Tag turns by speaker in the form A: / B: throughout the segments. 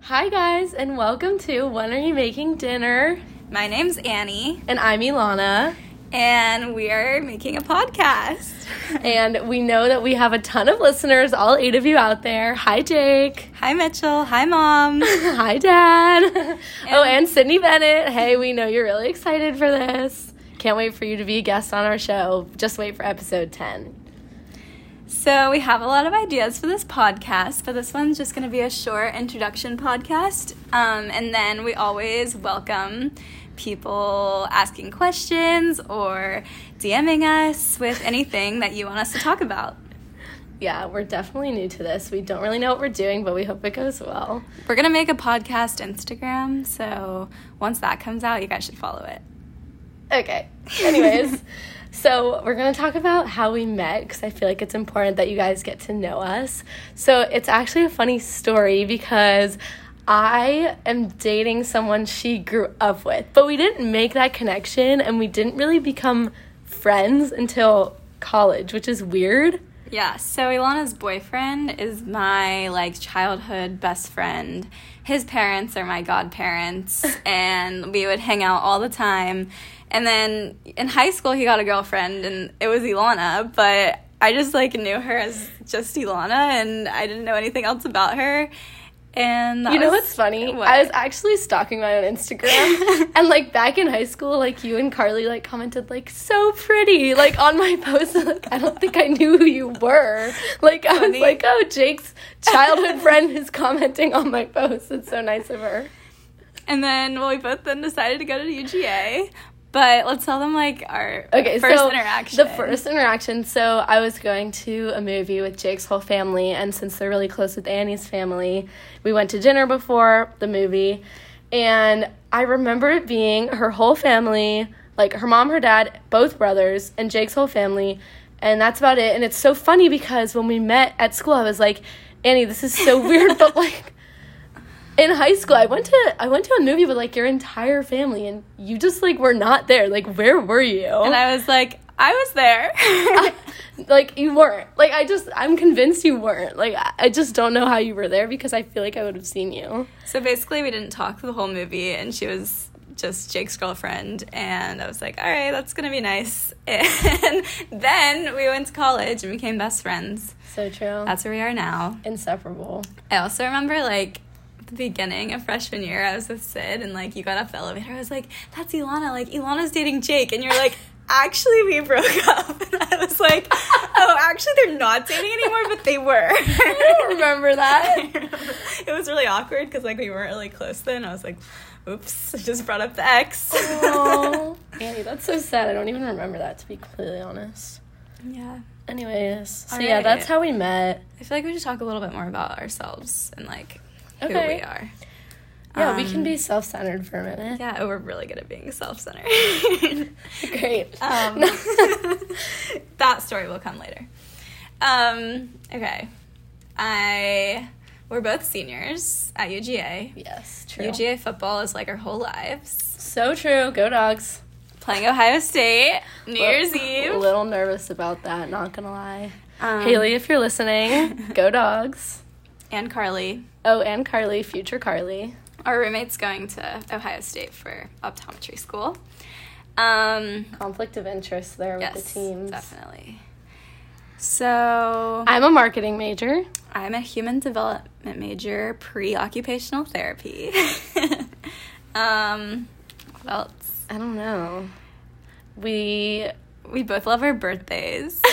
A: Hi, guys, and welcome to When Are You Making Dinner?
B: My name's Annie,
A: And I'm Ilana.
B: and we are making a podcast.
A: And we know that we have a ton of listeners, all eight of you out there. Hi, Jake.
B: Hi, Mitchell. Hi, Mom.
A: Hi, Dad. oh, and Sydney Bennett. Hey, we know you're really excited for this. Can't wait for you to be a guest on our show. Just wait for episode 10.
B: So, we have a lot of ideas for this podcast, but this one's just going to be a short introduction podcast. Um, and then we always welcome people asking questions or DMing us with anything that you want us to talk about.
A: Yeah, we're definitely new to this. We don't really know what we're doing, but we hope it goes well.
B: We're going to make a podcast Instagram, so once that comes out, you guys should follow it.
A: Okay. Anyways, so we're going to talk about how we met because I feel like it's important that you guys get to know us. So it's actually a funny story because I am dating someone she grew up with, but we didn't make that connection and we didn't really become friends until college, which is weird.
B: Yeah, so Ilana's boyfriend is my like childhood best friend. His parents are my godparents, and we would hang out all the time. And then in high school, he got a girlfriend, and it was Ilana, but I just like knew her as just Ilana, and I didn't know anything else about her. And that
A: You know
B: was-
A: what's funny?
B: What?
A: I was actually stalking my own Instagram, and like back in high school, like you and Carly like commented like so pretty, like on my post. Like I don't think I knew who you were. Like I was
B: Funny.
A: like, oh, Jake's childhood friend is commenting on my post. It's so nice of her.
B: And then well, we both then decided to go to UGA. But let's tell them like our
A: Okay,
B: first
A: so
B: interaction.
A: The first interaction. So I was going to a movie with Jake's whole family, and since they're really close with Annie's family, we went to dinner before the movie, and I remember it being her whole family, like her mom, her dad, both brothers, and Jake's whole family, and that's about it. And it's so funny because when we met at school, I was like, Annie, this is so weird, but like in high school i went to i went to a movie with like your entire family and you just like were not there like where were you
B: and I was like, I was there.
A: like you weren't like i just i'm convinced you weren't like I- i just don't know how you were there because i feel like i would have seen you
B: So basically, we didn't talk the whole movie, and she was just Jake's girlfriend. And I was like, all right, that's gonna be nice. And then we went to college and became best friends.
A: so true
B: That's where we are now.
A: inseparable
B: I also remember like the beginning of freshman year, I was with Sid, and like you got off the elevator. I was like, that's Ilana. Like Ilana's dating Jake, and you're like. Actually, we broke up, and I was like, "Oh, actually, they're not dating anymore, but they were."
A: i don't remember that
B: it was really awkward because like we weren't really close then. I was like, "Oops, I just brought up the ex."
A: oh annie that's so sad i don't even remember that to be completely honest
B: yeah,
A: anyways so
B: All
A: yeah
B: right.
A: that's how we met
B: I feel like we should talk a little bit more about ourselves and like who
A: Okay.
B: we are.
A: yeah we can
B: Um,
A: be self-centered for a minute
B: Yeah, oh, we're really good at being self-centered.
A: great
B: um, that story will come later. Um, okay, I we're both seniors at UGA.
A: yes true
B: UGA football is like our whole lives.
A: so true go dogs
B: Playing Ohio State, New Year's
A: a
B: Eve.
A: little nervous about that not gonna lie
B: Um,
A: haley if you're listening go dogs
B: and Carly.
A: Oh, and Carly, future Carly.
B: Our roommate's going to Ohio State for optometry school. Um,
A: Conflict of interest there
B: yes,
A: with the teams.
B: definitely. So
A: I'm a marketing major.
B: I'm a human development major, pre-occupational therapy. um, what else?
A: I don't know. We
B: We both love our birthdays.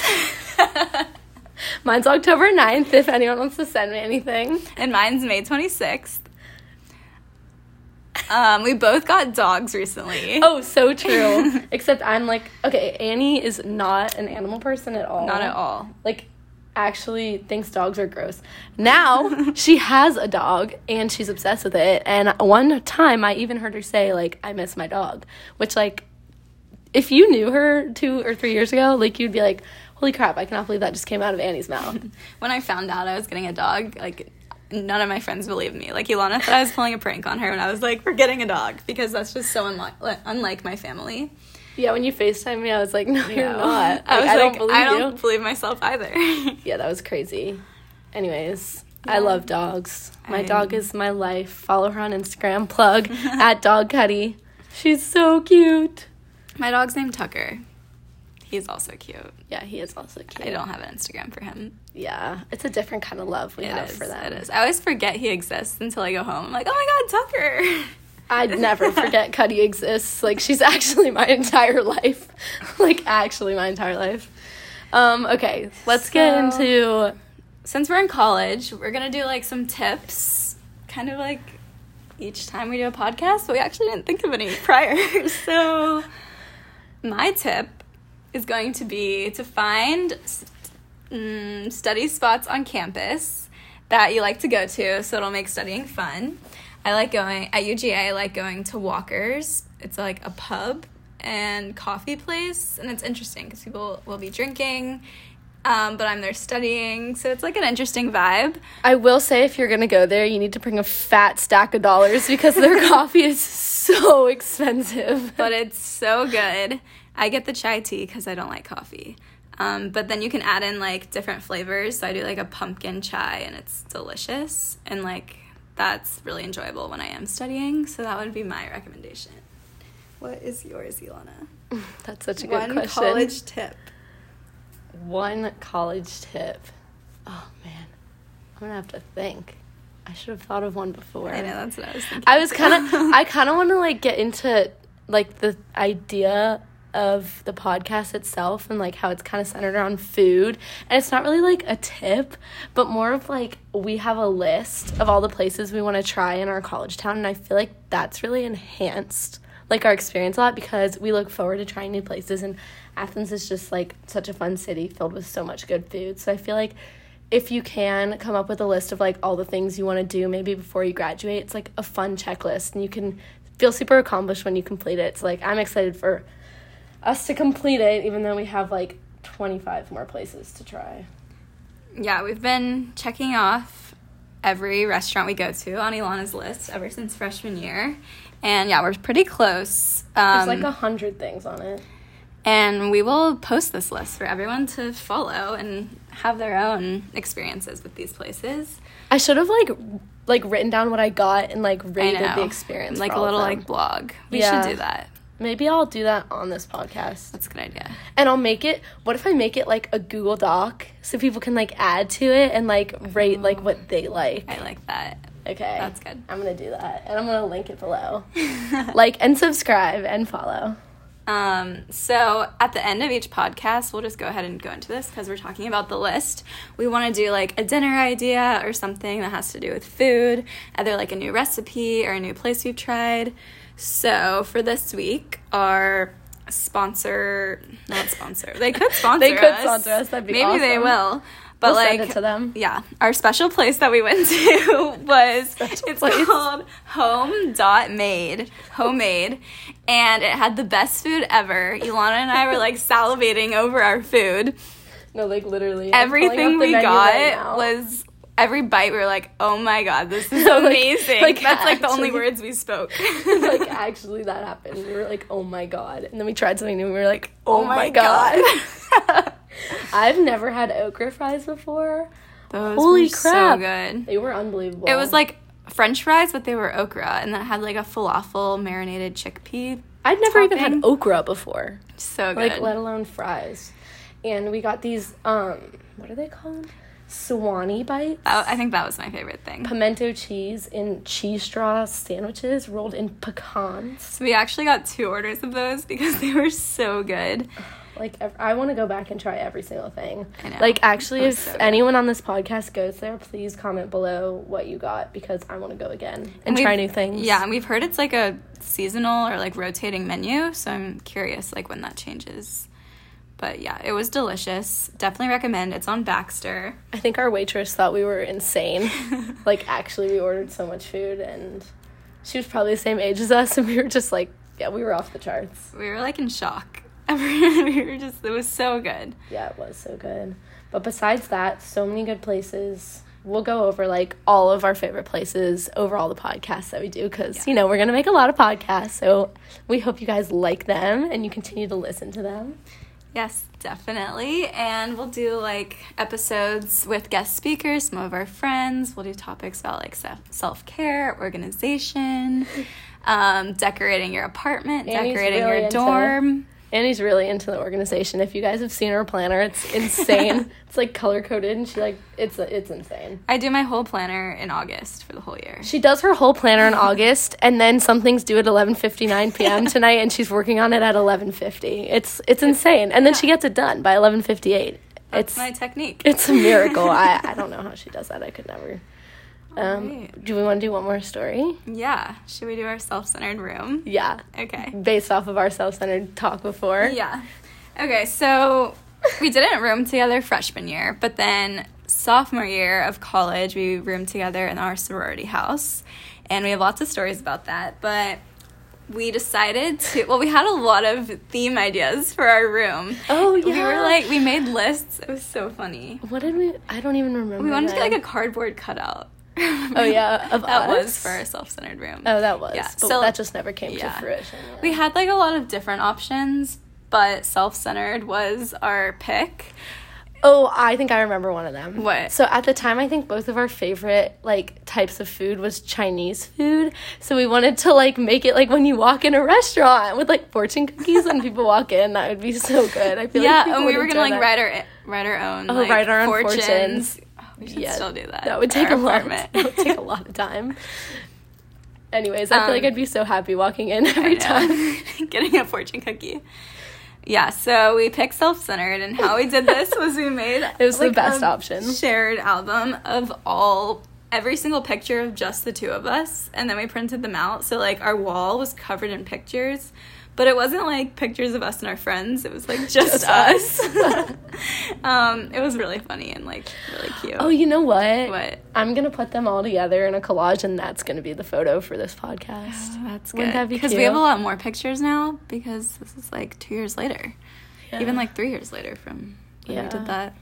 A: mine's October 9th if anyone wants to send me anything.
B: and mine's May 26th. Um, we both got dogs recently.
A: Oh, so true. Except I'm like, okay, Annie is not an animal person at all.
B: Not at all.
A: Like actually thinks dogs are gross. Now, she has a dog and she's obsessed with it. And one time I even heard her say like I miss my dog, which like if you knew her two or three years ago, like you'd be like, "Holy crap! I cannot believe that just came out of Annie's mouth."
B: when I found out I was getting a dog, like none of my friends believed me. Like Ilana thought I was pulling a prank on her when I was like, "We're getting a dog," because that's just so unlike unlike my family.
A: yeah, when you Facetime me, I was like, "No, you're
B: No.
A: not." Like,
B: I was like,
A: I don't believe you.
B: myself either.
A: Yeah, that was crazy. Anyways, I love dogs. My
B: I-
A: dog is my life. Follow her on Instagram. Plug at Dog Cuddy. She's so cute.
B: My dog's named Tucker. He's also cute.
A: Yeah, he is also cute.
B: I don't have an Instagram for him.
A: Yeah, it's a different kind of love we
B: It
A: have
B: is.
A: for them.
B: It is. I always forget he exists until I go home. I'm like, oh my god, Tucker.
A: I'd never forget Cuddy exists. Like she's actually my entire life. like actually my entire life. Um, okay, let's get
B: So-
A: into
B: Since we're in college, we're gonna do like some tips, kind of like each time we do a podcast. But we actually didn't think of any prior. so my tip is going to be to find st- mm, study spots on campus that you like to go to, so it'll make studying fun. I like going at UGA. I like going to Walker's. It's like a pub and coffee place, and it's interesting because people will be drinking, um, but I'm there studying, so it's like an interesting vibe.
A: I will say if you're gonna go there, you need to bring a fat stack of dollars because their coffee is so expensive.
B: but it's so good. I get the chai tea because I don't like coffee. Um, but then you can add in like different flavors. So I do like a pumpkin chai and it's delicious. And like that's really enjoyable when I am studying. So that would be my recommendation. What is yours, Ilana?
A: That's such a good
B: One
A: question.
B: college tip.
A: One college tip. Oh man, I'm gonna have to think. I should have thought of one before.
B: I know that's what I was thinking.
A: I was kind of I kind of want to like get into like the idea of the podcast itself and like how it's kind of centered around food and it's not really like a tip but more of like we have a list of all the places we want to try in our college town and I feel like that's really enhanced like our experience a lot because we look forward to trying new places and Athens is just like such a fun city filled with so much good food so I feel like if you can come up with a list of like all the things you want to do maybe before you graduate it's like a fun checklist and you can feel super accomplished when you complete it so like i'm excited for us to complete it even though we have like 25 more places to try
B: Yeah, we've been checking off every restaurant we go to on Ilana's list ever since freshman year. And yeah, we're pretty close.
A: there's
B: Um,
A: like a hundred things on it
B: And we will post this list for everyone to follow and have their own experiences with these places.
A: i should have like like written down what i got and like
B: I
A: rated
B: know.
A: the experience
B: Like
A: for
B: a
A: all of
B: little
A: them.
B: like blog. We
A: Yeah.
B: should do that.
A: maybe i'll do that on this podcast
B: That's a good idea.
A: And I'll make it. What if I make it like a Google Doc so people can like add to it and like rate like what they like?
B: I like that.
A: Okay.
B: That's good.
A: I'm going to do that. And I'm going to link it below. like and subscribe and follow.
B: Um, so at the end of each podcast, we'll just go ahead and go into this because we're talking about the list. We want to do like a dinner idea or something that has to do with food, either like a new recipe or a new place we've tried. So for this week, our sponsor, not sponsor, they could sponsor
A: They could
B: us.
A: sponsor us, that'd be
B: Maybe they
A: awesome.
B: will. But
A: We'll
B: like
A: send it to them.
B: Yeah. Our special place that we went to was it's
A: place.
B: called Home Dot Made. Homemade. And it had the best food ever. Ilana and I were like salivating over our food.
A: No, like literally. I'm pulling up
B: Everything
A: the
B: we
A: menu
B: got
A: right now.
B: was every bite we were like, oh my god, this is
A: No, like-
B: amazing.
A: like,
B: That's like the only
A: actually-
B: words we spoke.
A: like actually that happened. We were like, "Oh my god." And then we tried something new and we were like, "Oh, my god." I've never had okra fries before.
B: Those
A: Holy
B: were so
A: crap.
B: good.
A: They were unbelievable.
B: It was like French fries, but they were okra, and that had like a falafel marinated chickpea.
A: I'd never even had
B: topping.
A: okra before.
B: So good.
A: like let alone fries. And we got these um what are they called? Swanee bites.
B: That- I think that was my favorite thing.
A: Pimento cheese in cheese straw sandwiches rolled in pecans.
B: So we actually got two orders of those because they were so good.
A: Like ev- I want to go back and try every single thing.
B: I know.
A: Like actually,
B: That was
A: if
B: so good.
A: anyone on this podcast goes there, please comment below what you got because I want to go again and,
B: we've-
A: try new things.
B: Yeah, and we've heard it's like a seasonal or like rotating menu, so I'm curious like when that changes. But yeah, it was delicious. Definitely recommend. It's on Baxter.
A: I think our waitress thought we were insane. like actually, we ordered so much food, and she was probably the same age as us, and we were just like, yeah, we were off the charts.
B: We were like in shock. we were just it was so good.
A: Yeah, it was so good. But besides that, so many good places. We'll go over like all of our favorite places over all the podcasts that we do because you know we're gonna make a lot of podcasts. So we hope you guys like them and you continue to listen to them.
B: Yes, definitely. And we'll do like episodes with guest speakers, some of our friends. We'll do topics about like self care, organization, um, decorating your apartment,
A: Annie's
B: decorating
A: really
B: your
A: into-
B: dorm.
A: Annie's really into the organization. If you guys have seen her planner, it's insane. it's like color coded, and she like it's it's insane.
B: I do my whole planner in August for the whole year.
A: She does her whole planner in August, and then something's due at eleven fifty nine p.m. tonight, and she's working on it at eleven fifty. It's it's insane, and then she gets it done by eleven fifty eight.
B: That's
A: It's
B: my technique.
A: it's a miracle. I I don't know how she does that. I could never. Um,
B: Alright.
A: do we want to do one more story?
B: Yeah. Should we do our self centered room?
A: Yeah,
B: Okay.
A: based off of our self centered talk before.
B: Yeah. Okay, so we didn't room together freshman year, but then sophomore year of college, we roomed together in our sorority house. And we have lots of stories about that, but we decided to well we had a lot of theme ideas for our room
A: Oh,
B: we
A: yeah. Oh
B: were like we made lists it was so funny
A: What did we? I don't even remember.
B: we wanted to get
A: now.
B: like a cardboard cutout
A: Oh yeah, of
B: that
A: us?
B: was for our self-centered room
A: Oh, that was.
B: Yeah,
A: But
B: so-
A: that just never came
B: yeah.
A: to fruition.
B: We had like a lot of different options, but self centered was our pick.
A: oh, I think I remember one of them.
B: What?
A: So at the time, I think both of our favorite like types of food was Chinese food. So we wanted to like make it like when you walk in a restaurant with like fortune cookies and people walk in, that would be so good. I feel
B: yeah,
A: like people
B: and
A: would
B: we were gonna
A: enjoy
B: like
A: that.
B: write our write our own
A: Oh,
B: like,
A: write our own fortunes.
B: Oh, we should still do that.
A: That would
B: for
A: take
B: our
A: a lot.
B: apartment.
A: That would take a lot of time. Anyways, I feel like
B: Um,
A: I'd be so happy walking in
B: I
A: every time.
B: know. Getting a fortune cookie. Yeah, so we picked self centered, and how we did this was we made
A: It was the
B: like, um,
A: best
B: a
A: option.
B: shared album of all every single picture of just the two of us, and then we printed them out. So like our wall was covered in pictures, but it wasn't like pictures of us and our friends. It was like just,
A: Just
B: us.
A: us.
B: um, it was really funny and like really cute.
A: Oh, you know what?
B: What?
A: I'm gonna put them all together in a collage, and that's gonna be the photo for this podcast.
B: Oh, That's
A: Wouldn't
B: good
A: that be
B: because we
A: cute?
B: have a lot more pictures now because this is like two years later.
A: Yeah.
B: even like three years later from when we
A: Yeah.
B: did that.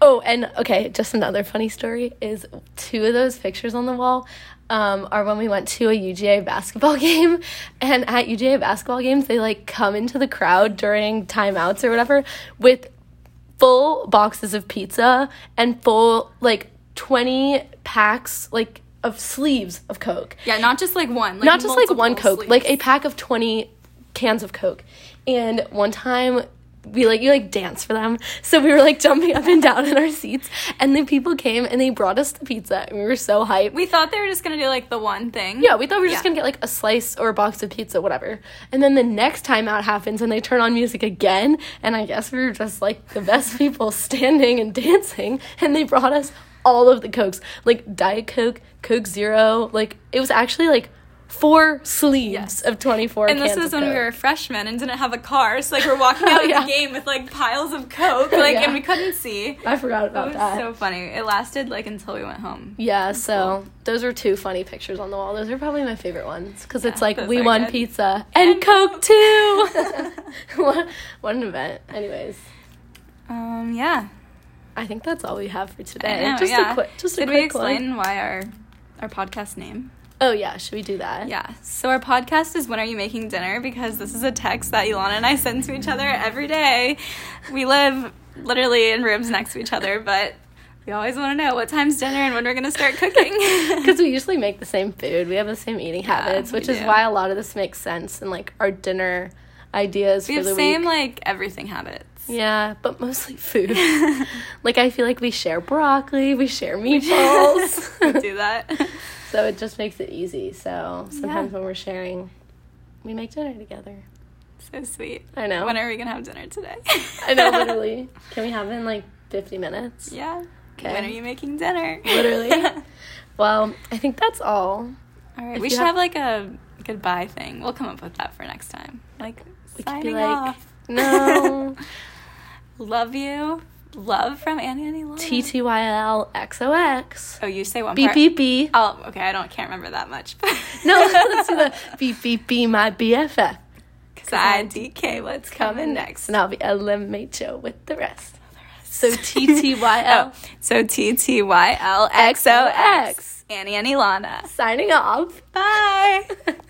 A: Oh, and okay, just another funny story is two of those pictures on the wall um, are when we went to a UGA basketball game. And at UGA basketball games, they like come into the crowd during timeouts or whatever with full boxes of pizza and full like 20 packs like of sleeves of Coke.
B: Yeah, not just like one. Like
A: not just like one
B: multiple
A: coke like a
B: sleeves.
A: pack of 20 cans of coke and one time we like you like dance for them so we were like jumping up and down in our seats and then people came and they brought us the pizza and we were so hyped
B: we thought they were just gonna do like the one thing.
A: yeah, we thought we were just
B: Yeah.
A: gonna get like a slice or a box of pizza, whatever. And then the next time out happens and they turn on music again, and I guess we were just like the best people standing and dancing, and they brought us all of the Cokes. Like Diet Coke, Coke Zero, like it was actually like four sleeves
B: Yes.
A: of twenty four.
B: And this was when we were freshmen and didn't have a car, so like we're walking out
A: yeah.
B: of the game with like piles of coke, like
A: Yeah.
B: and we couldn't see.
A: I forgot
B: That
A: about
B: was
A: that.
B: so funny. It lasted like until we went home.
A: yeah, so those were two funny pictures on the wall. Those are probably my favorite ones because it's
B: Yeah,
A: like
B: those
A: we
B: are
A: won
B: good.
A: pizza and, Coke too. what, what an event. Anyways.
B: Um, yeah.
A: I think that's all we have for
B: I
A: today.
B: know,
A: just
B: yeah.
A: a quick, just
B: Did
A: a
B: we
A: quick
B: explain
A: one.
B: why our our podcast name?
A: Oh yeah, should we do that?
B: Yeah. So our podcast is When Are You Making Dinner? Because this is a text that Ilana and I send to each other every day. We live literally in rooms next to each other, but we always want to know what time's dinner and when we're going to start cooking.
A: Because we usually make the same food, we have the same eating habits,
B: we
A: which is
B: do.
A: why a lot of this makes sense and like our dinner ideas
B: we
A: for
B: have
A: the
B: same
A: week.
B: like everything habits.
A: yeah, but mostly food. like I feel like we share broccoli, we share meatballs,
B: we do that.
A: so it just makes it easy. So sometimes when we're sharing, we make dinner together.
B: So sweet.
A: I know.
B: When are we going to have dinner today?
A: I know, literally. Can we have it in like fifty minutes?
B: yeah.
A: Okay.
B: When are you making dinner?
A: Literally. Well, I think that's all.
B: All right.
A: If
B: we
A: you
B: should
A: have-
B: have like a goodbye thing. We'll come up with that for next time. Like
A: We could be
B: signing
A: like,
B: off.
A: No.
B: Love you. Love from Annie and Ilana.
A: TTYLXOX.
B: Oh, you say one
A: Beep
B: part.
A: beep beep.
B: Oh, okay. I don't can't remember that much.
A: No, let's do the beep beep beep my BFF.
B: Cause I DK what's coming next.
A: And I'll be LMHO with the rest. So
B: So
A: TTYL.
B: Oh, So T T Y L X O X. Annie and Ilana.
A: Signing off.
B: Bye.